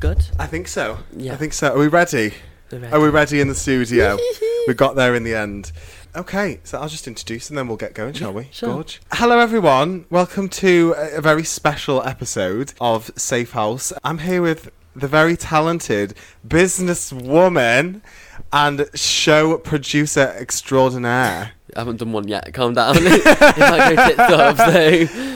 Good. I think so. Yeah. I think so. Are we ready? We're ready. Are we ready in the studio? we got there in the end. Okay, so I'll just introduce and then we'll get going, shall we? sure. Gorge. Hello, everyone. Welcome to a, a very special episode of Safe House. I'm here with the very talented businesswoman and show producer extraordinaire. I haven't done one yet. Calm down. it might go tits up. So.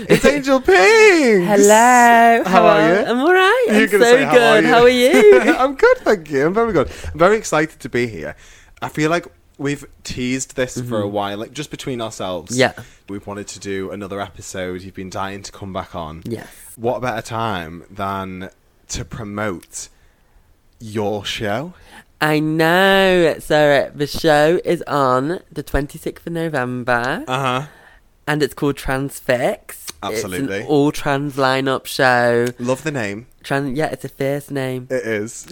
It's Angel Pink. Hello. How are you? I'm all right. You're I'm so gonna say, "How are good. you?" How are you? I'm good, thank you. I'm very good. I'm very excited to be here. I feel like we've teased this for a while, like just between ourselves. Mm-hmm. Yeah. We've wanted to do another episode. You've been dying to come back on. yes. What better time than to promote your show? I know. So the show is on the 26th of November. Uh huh. and it's called Transfix. Absolutely. It's an all trans lineup show. Love the name. Trans, yeah, it's a fierce name. It is.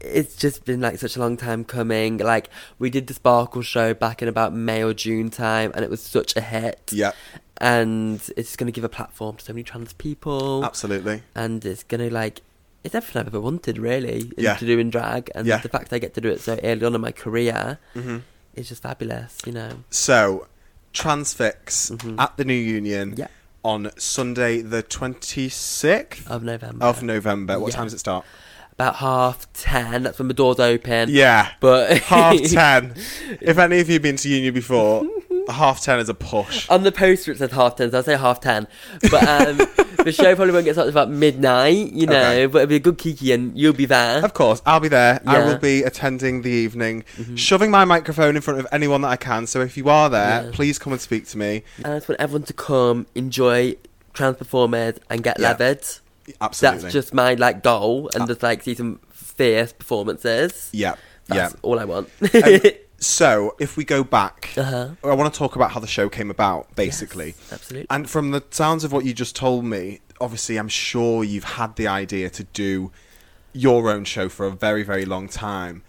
it's just been like such a long time coming. Like we did the Sparkle show back in about May or June time, and it was such a hit. yeah, And it's going to give a platform to so many trans people, absolutely. and it's going to like. It's everything I've ever wanted, really, Yeah. to do in drag, and Yeah. the fact I get to do it so early on in my career Mm-hmm. is just fabulous, you know. So, Transfix at the New Union Mm-hmm. Yeah. on Sunday, the 26th Of November, of November. What Yeah. time does it start? about half ten, that's when the doors open. Yeah. But half ten. If any of you have been to uni before, half ten is a push. on the poster it says half ten, so I'll say half ten. But um, the show probably won't get started about midnight, you know. Okay. But it'll be a good kiki, and you'll be there. Of course, I'll be there. I Yeah. Mm-hmm. will be attending the evening, shoving my microphone in front of anyone that I can. So if you are there, Yeah. please come and speak to me. And I just want everyone to come, enjoy trans performers, and get Yeah, levered. Absolutely. Ah. That's just my like goal, and just like see some fierce performances. yeah, That's yeah. all I want. Um, so if we go back, Uh-huh. I want to talk about how the show came about, basically. Yes, absolutely. And from the sounds of what you just told me, obviously, I'm sure you've had the idea to do your own show for a very, very long time.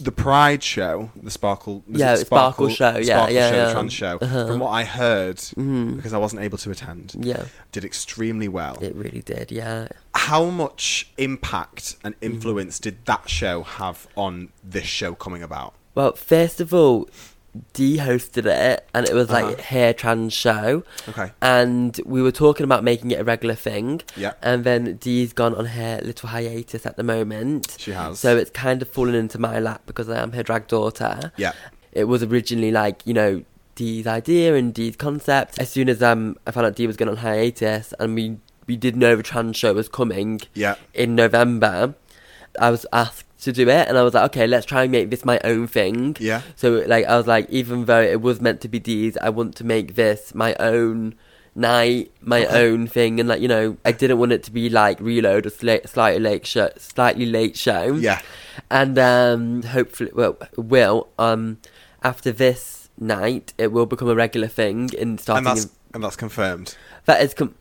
The Pride show, the Sparkle, was Yeah, it's it Sparkle show, yeah, Sparkle yeah, show, yeah. Uh-huh. Mm-hmm. trans show. From what I heard, because I wasn't able to attend, Yeah. did extremely well. It really did, yeah. How much impact and Mm-hmm. influence did that show have on this show coming about? Well, first of all, D hosted it, and it was like Uh-huh. hair trans show. Okay. And we were talking about making it a regular thing. Yeah. And then Dee's gone on her little hiatus at the moment. She has. So it's kind of fallen into my lap because I am her drag daughter. Yeah. It was originally like, you know, Dee's idea and Dee's concept. As soon as um I found out Dee was going on hiatus and we we did know the trans show was coming Yeah. in November, I was asked to do it, and I was like, okay, let's try and make this my own thing. Yeah. So like, I was like, even though it was meant to be D's, I want to make this my own night, my own thing, and like, you know, I didn't want it to be like Reload or sli- slightly late show, slightly late show. Yeah. And um, hopefully, well, it will um, after this night, it will become a regular thing in starting. And that's in- and that's confirmed. that is com-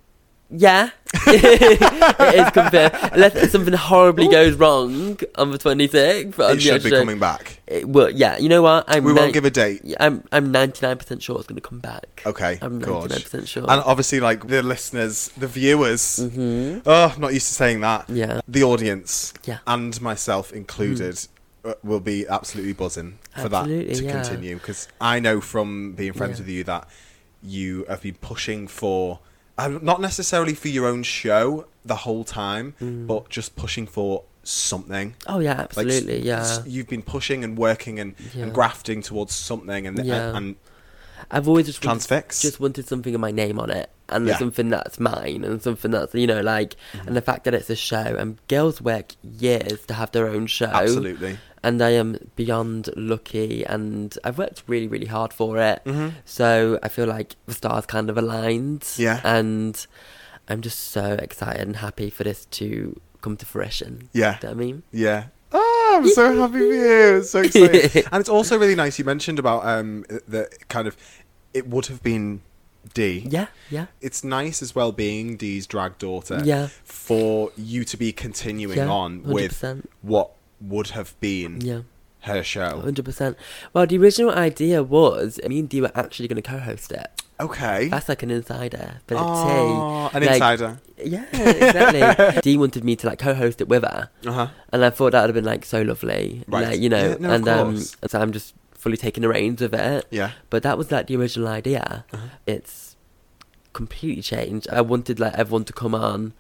yeah. it is compared. Unless something horribly goes wrong on the 26th. but um, on It the should actual be show- coming back. It will, yeah, you know what? I'm We ni- won't give a date. yeah, I'm I'm 99% sure it's going to come back. Okay, I'm gorge. 99% sure. And obviously, like the listeners, the viewers. Oh, I'm not used to saying that. Mm-hmm. Yeah. The audience. Yeah. Mm. And myself included. uh, Will be absolutely buzzing for Absolutely, that to yeah. continue because I know from being friends Yeah. with you that you have been pushing for um, not necessarily for your own show the whole time, Mm. but just pushing for something. oh, yeah, Like, absolutely, s- yeah. s- you've been pushing and working and, Yeah. and grafting towards something, and, Yeah. and, and I've always just wanted- transfix. just wanted something with my name on it and Yeah. Mm-hmm. something that's mine and something that's you know like and the fact that it's a show and girls work years to have their own show Absolutely. and i am beyond lucky and i've worked really really hard for it Mm-hmm. so i feel like the stars kind of aligned Yeah. and i'm just so excited and happy for this to come to fruition Yeah. Do you know what i mean Yeah. Oh, I'm so happy for you. It's so exciting. and it's also really nice you mentioned about um the kind of it would have been D. yeah yeah It's nice as well being D's drag daughter. Yeah. For you to be continuing Yeah, on with mm, 100%. what would have been yeah her show. Hundred percent. Well, the original idea was me and Dee were actually going to co-host it. Okay. That's like an insider, but Eh? Aw, at tea. an like, insider. Yeah, exactly. Dee wanted me to like co-host it with her, Uh huh. and I thought that would have been like so lovely, Right. like, you know. Yeah, no, of and um, course. so I'm just fully taking the reins of it. Yeah. But that was like the original idea. Uh-huh. It's completely changed. I wanted like everyone to come on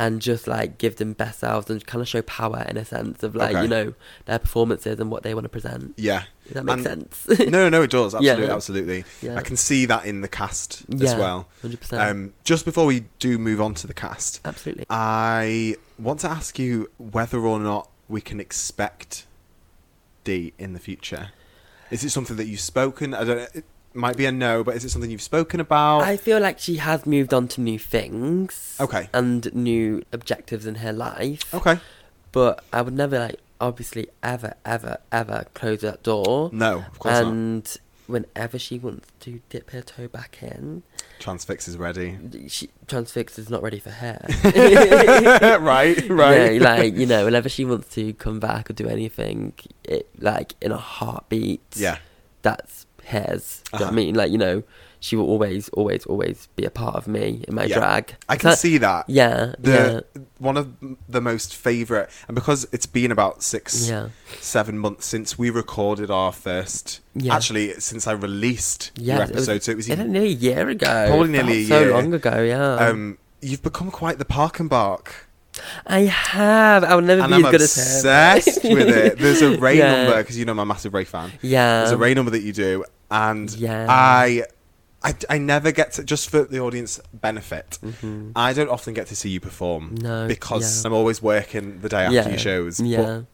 and just like give them best selves and kind of show power in a sense of like Okay. you know their performances and what they want to present. Yeah. Does that make And- sense? No, no, it does. Yeah. Absolutely, absolutely. yeah, I can see that in the cast as Yeah. well. hundred percent, Um, just before we do move on to the cast, absolutely. I want to ask you whether or not we can expect D in the future. Is it something that you've spoken? I don't. It might be a no, but is it something you've spoken about? I feel like she has moved on to new things. Okay. Oh. And new objectives in her life. Okay. But I would never, like, obviously, ever, ever, ever close that door. No, of course not. and whenever she wants to dip her toe back in, Transfix is ready. she, transfix is not ready for her. right, right. No, like, you know, whenever she wants to come back or do anything, it, like, in a heartbeat, yeah. that's hers. Do you know what I Uh-huh. mean? Like, you know, she will always, always, always be a part of me in my Yeah. drag. I can So- see that. Yeah, The one of the most favorite, and because it's been about yeah, six, yeah, seven months since we recorded our first. yeah. Actually, since I released yeah, your episode, so it was it even nearly a year ago. Probably nearly That's a so year. long ago. Yeah, Um, you've become quite the park and bark, I have. I will never and be I'm as good as her. obsessed with it. There's a Ray Yeah. number because you know I'm a massive Ray fan. Yeah, There's a Ray number that you do, and Yeah. I, I, I never get to just for the audience benefit. Mhm. I don't often get to see you perform No, because yeah. I'm always working the day after Yeah. your shows. yeah. But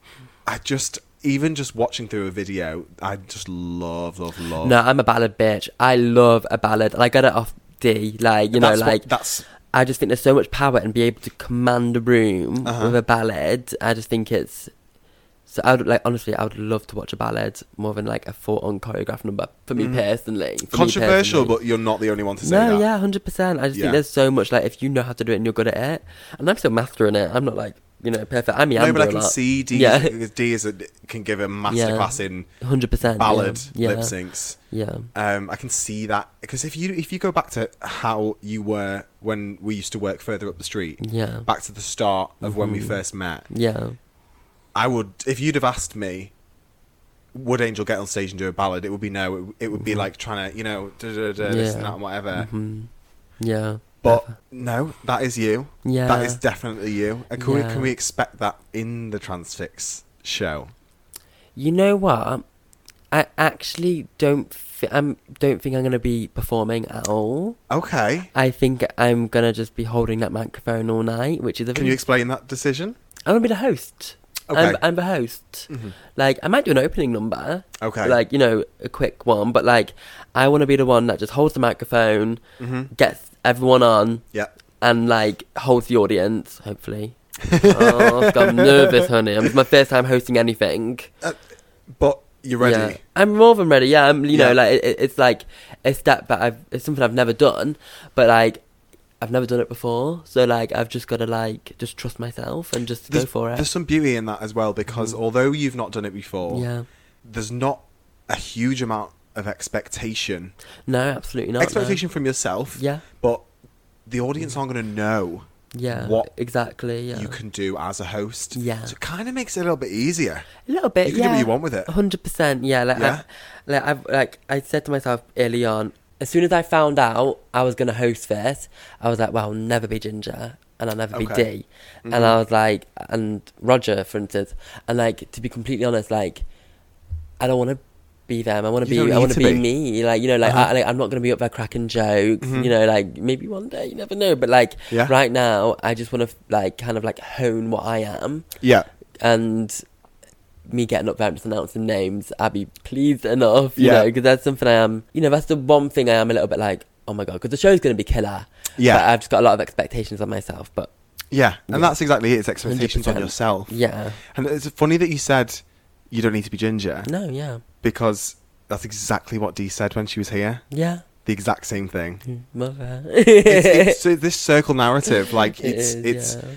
I just even just watching through a video, I just love, love, love. No, I'm a ballad bitch. I love a ballad, and I got it off D. Like you know, That's what- like that's I just think there's so much power and be able to command a room Uh-huh. with a ballad. I just think it's. So I would like honestly, I would love to watch a ballad more than like a full-on choreographed number for me Mhm. personally. For me controversial, personally. but you're not the only one to say no, that. yeah, hundred percent. I just Yeah. think there's so much like if you know how to do it and you're good at it, and I'm still mastering it. I'm not like you know perfect. I mean, no, but I I'm can see D Yeah. D is a, can give a masterclass in hundred percent ballad um, Yeah, lip yeah, syncs. yeah. Um, I can see that because if you if you go back to how you were when we used to work further up the street, yeah. back to the start of when we Mhm. first met, Yeah. I would if you'd have asked me, would Angel get on stage and do a ballad? It would be no. It, w- it would be Mhm. like trying to you know da, da, da, this Yeah. and that and whatever. mhm, Yeah. But no, that is you. yeah. That is definitely you. And can, we, Yeah. can we expect that in the Transfix show? You know what? I actually don't. Th- I'm don't think I'm gonna be performing at all. Okay. I think I'm gonna just be holding that microphone all night, which is a. Can you explain that decision? I'm gonna be the host. Okay. I'm, I'm the host. Mhm. Like I might do an opening number, Okay. Mm-hmm. like you know, a quick one. But like, I want to be the one that just holds the microphone, hmm gets everyone on, Yeah. and like holds the audience. Hopefully. oh, I'm nervous, honey. It's my first time hosting anything. But you're ready. Yeah. I'm more than ready. Yeah, I'm. You Yeah. know, like it, it- it's like a step back. I've, it's something I've never done, but like I've never done it before. So like I've just got to like just trust myself and just go for it. There's some beauty in that as well because Mhm. although you've not done it before, Yeah. there's not a huge amount of expectation. No, absolutely not. no. expectation from yourself, Yeah. but the audience aren't going to know Yeah. What exactly? Yeah. you can do as a host. Yeah. So it kind of makes it a little bit easier. a little bit. You can yeah. do what you want with it. Hundred percent. Yeah. Like Yeah. I, like I've like I said to myself early on. As soon as I found out I was gonna host this, I was like, "Well, I'll never be Ginger, and I'll never be D." Okay. Mm-hmm. And I was like, and Roger, for instance, and like to be completely honest, like I don't want to be them. I want to You don't be. I need want to to be, be. me. Like you know, like, Uh-huh. I, like I'm not gonna be up there cracking jokes. Mhm. You know, like maybe one day, you never know. But like Yeah. right now, I just want to like kind of like hone what I am Yeah. and me getting up there and just announcing names, I'd be pleased enough, you Yeah. know, 'cause because that's something I am, you know, that's the one thing I am a little bit like, oh my god, because the show's going to be killer. But Yeah. I've just got a lot of expectations on myself, but yeah. And Yeah. that's exactly it. It's expectations on 100%. yourself. yeah. And it's funny that you said you don't need to be ginger No, yeah. because that's exactly what Dee said when she was here. Yeah. mm, The exact same thing. Mother. It's, it's so this circle narrative. Like It it's is, it's yeah.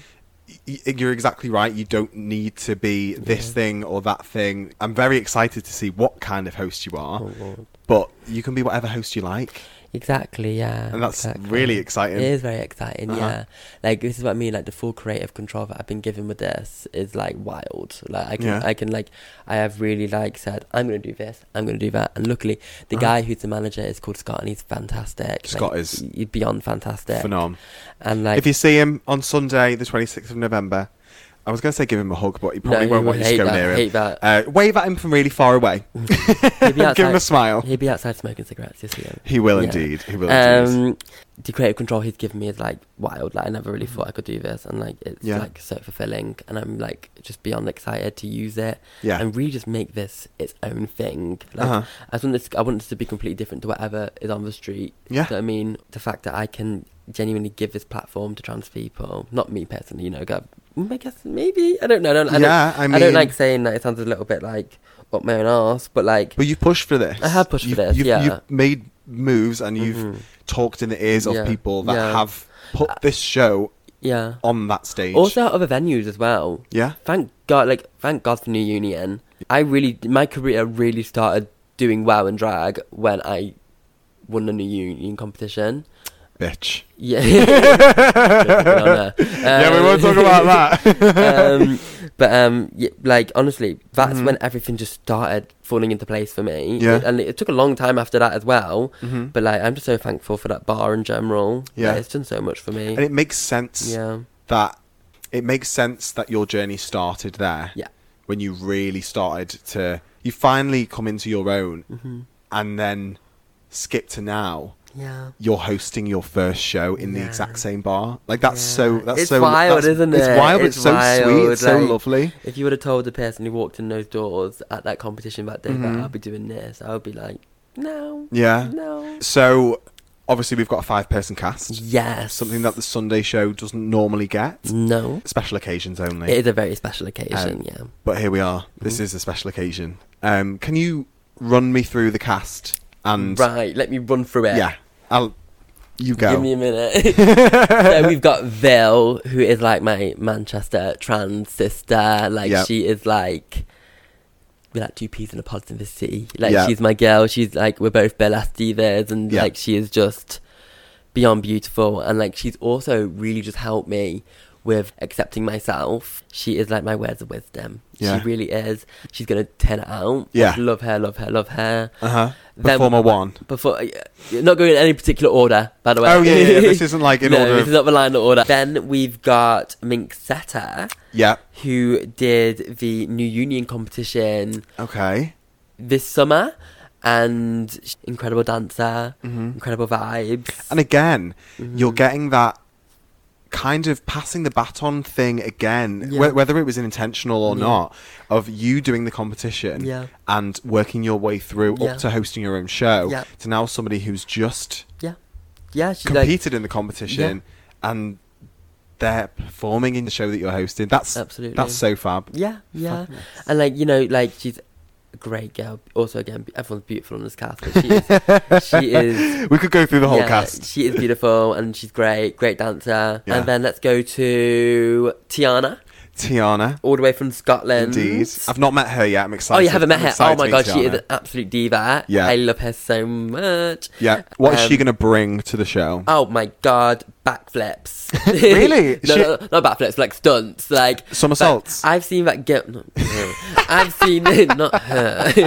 y- y- you're exactly right. You don't need to be this Yeah. thing or that thing. I'm very excited to see what kind of host you are, Oh, Lord. but you can be whatever host you like. Exactly, yeah. And that's exactly. really exciting. It is very exciting, Uh-huh. yeah. Like this is what I mean. Like the full creative control that I've been given with this is like wild. Like I can, Yeah. I can like, I have really like said, I'm gonna do this, I'm gonna do that, and luckily the Uh-huh. guy who's the manager is called Scott, and he's fantastic. Scott like, is y- beyond fantastic, Phenom. and like if you see him on Sunday, the 26th of November, I was going to say give him a hug, but he no, probably he won't would want you to hate go that, near him. Hate that. Uh, wave at him from really far away. He'd be give him a outside. smile. Oh, He'd be outside smoking cigarettes. You see him. He will Yeah. indeed. He will indeed. Um, the creative control he's given me is like wild. Like I never really thought I could do this, and like it's Mm-hmm. Yeah. like so fulfilling, and I'm like just beyond excited to use it Yeah. and really just make this its own thing. Like Uh-huh. I just want this, I want this to be completely different to whatever is on the street. Yeah. Do you know what I mean, the fact that I can genuinely give this platform to trans people, not me personally, you know, go, mm, I guess maybe I don't know. I don't, I don't, yeah, I I, mean, don't like saying that. It sounds a little bit like up my own arse, but like. But you've pushed for this. I have pushed for You've- this, You've, yeah. you've made moves and you've Mhm. talked in the ears of Yeah, people that yeah. have put this show yeah. on that stage. Also, out other venues as well. yeah. Thank God, like thank God for New Union. I really, my career really started doing well in drag when I won the New Union competition. Bitch. Yeah. yeah, yeah, we won't talk about that. um, but um, y like honestly, that's Mhm. when everything just started falling into place for me. Yeah. and it took a long time after that as well. Mhm. But like, I'm just so thankful for that bar in general. Yeah. Like, it's done so much for me. and it makes sense yeah, that it makes sense that your journey started there. Yeah. When you really started to, you finally come into your own, hmm and then skip to now. yeah. You're hosting your first show in the Yeah. exact same bar. Like that's so. Yeah. That's It's so wild, that's- isn't It's it? wild. It's, It's so sweet. wild, It's so like- lovely. If you would have told the person who walked in those doors at that competition that day Mhm. that I'll be doing this, I would be like, no, Yeah. no. So obviously we've got a five-person cast. Yes. Something that the Sunday show doesn't normally get. No. Special occasions only. It Mm. is a very special occasion, Um, yeah. But here we are. This is a special occasion. Um, can you run me through the cast and right, let me run through it. yeah, I'll you go. Give me a minute. so we've got Vil, who is like my Manchester trans sister. Like Yeah. she is like we're like two peas in a pod in the city. Like Yeah. she's my girl. She's like we're both burlesque divas, and Yeah. like she is just beyond beautiful. And like she's also really just helped me with accepting myself. She is like my words of wisdom. Yeah. She really is. She's gonna turn it out. Yeah. love her, love her, love her. Uh-huh. Then- Performer one. Before, uh, not going in any particular order, by the way. Oh yeah, yeah, yeah. This isn't like in no, order. this Of, is not the line of order. Then we've got Mink Seta, yeah. who did the New Union competition Okay. this summer, and she's an incredible dancer, hmm incredible vibes. And again, you're Mhm. getting that kind of passing the baton thing again, Yeah. wh- whether it was intentional or Yeah. not, of you doing the competition yeah, and working your way through Yeah. up to hosting your own show Yeah. to now somebody who's just yeah, she's like competed in the competition and they're performing in the show that you're hosting. That's absolutely. that's so fab. yeah, yeah, Fucking yes. and like you know, like she's a great girl. Also, again, be- everyone's beautiful on this cast, but she is, she is we could go through the whole Yeah, cast. She is beautiful and she's great, great dancer. Yeah. And then let's go to Tiana, Tiana, all the way from Scotland. indeed. I've not met her yet. I'm Um, Oh, excited. you haven't met I'm her? excited Oh to my meet god, she is Tiana. an absolute diva. Yeah. I love her so much. Yeah. What is she Um, going to bring to the show? Oh my god, backflips. Really? no, She- no, no, not backflips, like stunts. Like Somersaults. I've seen that girl. No, no. I've seen not her.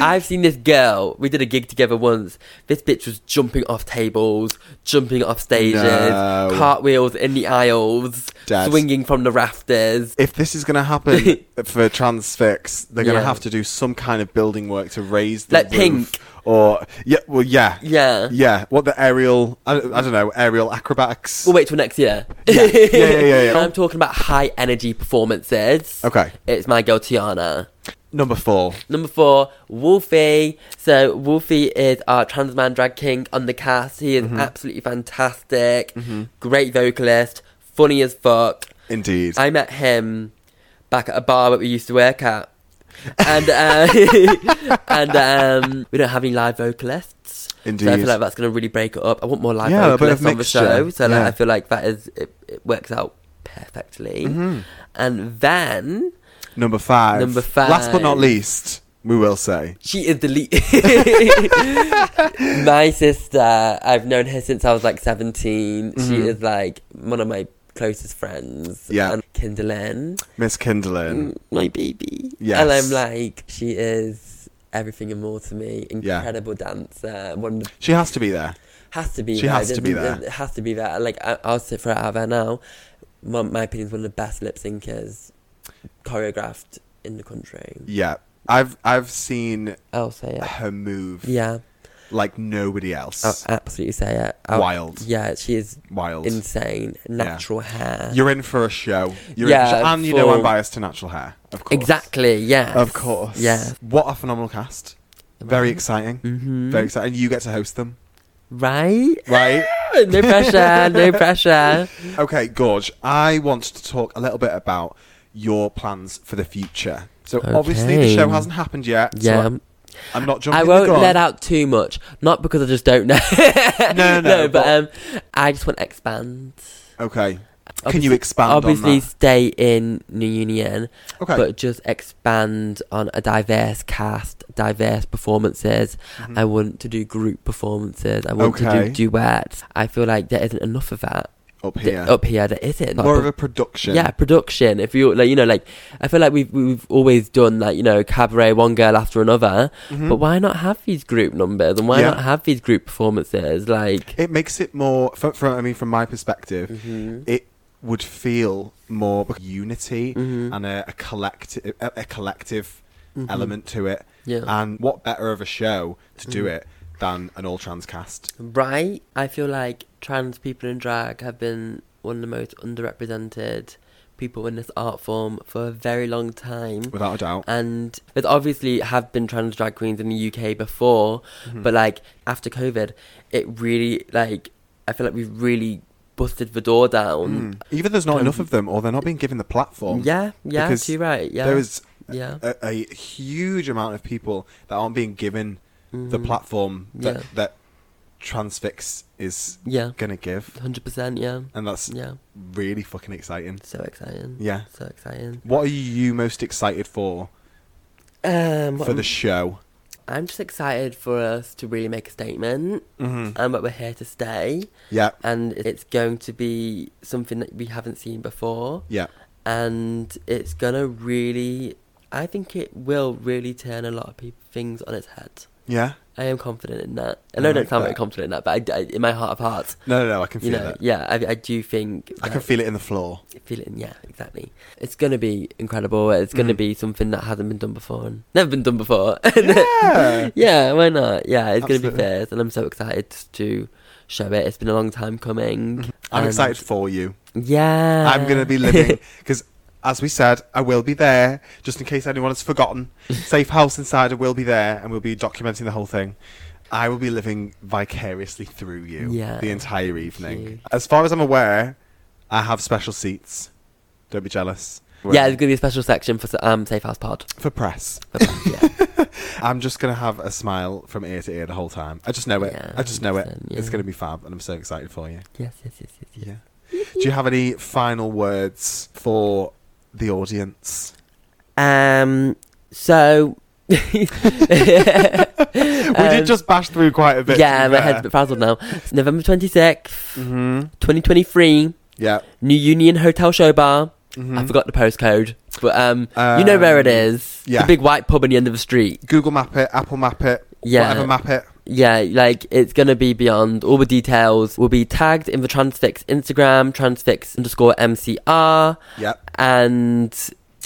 I've seen this girl. We did a gig together once. This bitch was jumping off tables, jumping off stages, No. cartwheels in the aisles, Dad. swinging from the rafters. if this is going to happen for transfix, they're going to Yeah. have to do some kind of building work to raise the Like roof pink. or yeah, well, yeah, Yeah. yeah. What the aerial? I, I don't know. Aerial acrobatics. We'll wait till next year. Yeah. Yeah, yeah, yeah, yeah. When I'm talking about high energy performances. Okay. It's my girl Tiana. Number four. Number four, Wolfie. So Wolfie is our trans man drag king on the cast. He is Mm-hmm. absolutely fantastic. Great vocalist, funny as fuck. Indeed. I met him back at a bar that we used to work at, and uh, and um, we don't have any live vocalists. So I Indeed. feel like that's going to really break it up. I want more live Yeah, a bit of vocalists on the mixture. show. So Yeah. like, I feel like that is it, it works out perfectly. Mhm. And then Number five. Number five. Last but not least, We will say. She is the lead. my sister, I've known her since I was like 17. She is like one of my closest friends. Mm-hmm. Yeah. And Kindlen, Miss Kindlin. my baby. Yes. And I'm like, she is everything and more to me. Yeah. Incredible dancer. One of the She has to be there. has to be. She there. has to be There's- there. It has to be there. Like I, I'll sit for it out there now. My, my opinion is one of the best lip syncers choreographed in the country. Yeah. I've I've seen I'll say it. her move Yeah, like nobody else. I'll absolutely say it. I'll- Wild. oh, Yeah, she is Wild. insane. Natural hair. You're in for a show. You're in Uh, Yeah, for a show. And you know I'm full. biased to natural hair, of course. exactly. Yeah. Of course. Yeah. What a phenomenal cast. Very exciting. Mm-hmm. Very exciting. You get to host them, Right. right? no pressure. No pressure. okay, Gorge, I want to talk a little bit about your plans for the future. So obviously the Okay. show hasn't happened yet. Yeah. So I'm not jumping I the won't gun. let out too much. Not because I just don't know. no, no, but but- um, I just want to expand. Okay. Can you expand obviously on stay in New Union, that? Okay. but just expand on a diverse cast, diverse performances. Mm-hmm. I want to do group performances. I want Hmm. to Okay. do duets. I feel like there isn't enough of that up Th- here. up here. There isn't. More of a production. yeah, production. If you like, you know, like I feel like we've we've always done like you know cabaret, one girl after another. Mhm. But why not have these group numbers and why Yeah. not have these group performances? Like, It makes it more from, from I mean from my perspective, Mm-hmm. it would feel more unity Mhm. and a, a collective a, a collective element Uh, to it. Mm-hmm. Yeah. Mm-hmm. And what better of a show to do it than an all trans cast? Right? I feel like trans people in drag have been one of the most underrepresented people in this art form for a very long time. Without a doubt. And there obviously have been trans drag queens in the UK before, Mm-hmm. but like after COVID, it really like I feel like we've really busted the door down. Mm. Either there's not Can- enough of them or they're not being given the platform. Mm-hmm. Um, Yeah, yeah, Because too right. Yeah, There is yeah. a, a huge amount of people that aren't being given mm-hmm. the platform that, Yeah. that Transfix is Yeah. gonna give. Hundred percent, yeah, And that's yeah. really fucking exciting. So exciting. Yeah. so exciting. What are you most excited for Um, for the show? I'm just excited for us to really make a statement Mhm. and that we're here to stay Yeah, and it's going to be something that we haven't seen before yeah, and it's going to really I think it will really turn a lot of peop things on its head. yeah. I am confident in that. I know I, I like don't sound very that. confident in that, but I, I- in my heart of hearts, No, no, no. I can you feel know, it. yeah, I, I do think I that- can feel it in the floor. feel it. in- Yeah, exactly. It's going to be incredible. It's going to Mhm. be something that hasn't been done before and never been done before. Yeah. Yeah, why not? Yeah, it's going to be Absolutely. fierce, and I'm so excited to show it. It's been a long time coming. I'm and- excited for you. Yeah, I'm gonna be living because, as we said, I will be there. Just in case anyone has forgotten, Safe House Insider will be there, and we'll be documenting the whole thing. I will be living vicariously through you Yeah. the entire evening. you. As far as I'm aware, I have special seats. Don't be jealous. yeah, it's going to be a special section for um Safe House Pod. for press. For that, yeah. I'm just gonna have a smile from ear to ear the whole time. I just know it. Yeah, I just know it. 100%, yeah. It's gonna be fab, and I'm so excited for you. yes, yes, yes, yes, yes. Yeah. Do you have any final words for the audience? Um, so We did just bash through quite a bit. Um, yeah, my head's a bit frazzled now. It's November twenty sixth, hmm twenty twenty three, Yeah. New Union Hotel Show Bar. I Mhm. forgot the postcode, but um, you know where it Um, is. yeah. the big white pub on the end of the street. Google Map it, Apple Map it, Yeah. whatever map it. Yeah, like it's gonna be beyond. All the details will be tagged in the Transfix Instagram, transfix underscore MCR, Yeah. and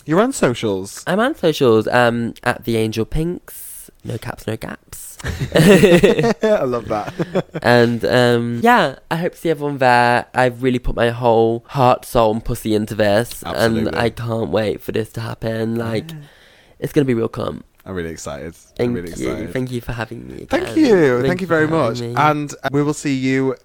You're on socials. I'm on socials um at the Angel Pinks, no caps, no gaps, I love that. and um yeah, I hope to see everyone there. I've really put my whole heart, soul, and pussy into this, and Absolutely. I can't wait for this to happen. Like it's gonna be real calm. I'm really excited. I'm Thank really you, excited. thank you for having me. Thank again. you. Thank, you very Um, for having much. me. And uh, we will see you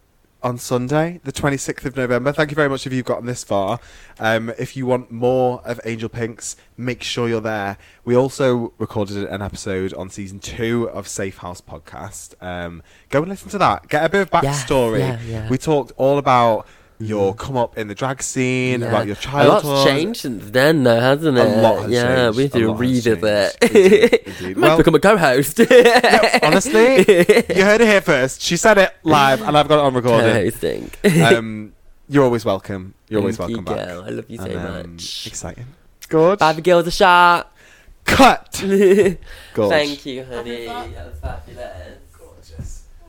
on Sunday, the 26th of November. Thank you very much if you've gotten this far. Um, if you want more of Angel Pinks, make sure you're there. We also recorded an episode on season two of Safe House Podcast. Um, go and listen to that. Get a bit of Yes, backstory. yeah, yeah. We talked all about your come up in the drag scene, Yeah. about your A childhood. lot's changed since then, though, hasn't A it? lot has yeah, changed. we need A to lot has revisit changed. it. Indeed, indeed. Might Well- become a co-host. Honestly, you heard it here first. She said it live, and I've got it on recording. co-hosting. um, you're always welcome. You're always Thank welcome you, back. girl. I love you so And, um, much. Exciting. Gorge. Barbie girl's a shark. Cut. Gorge. Thank you, honey. That was fabulous.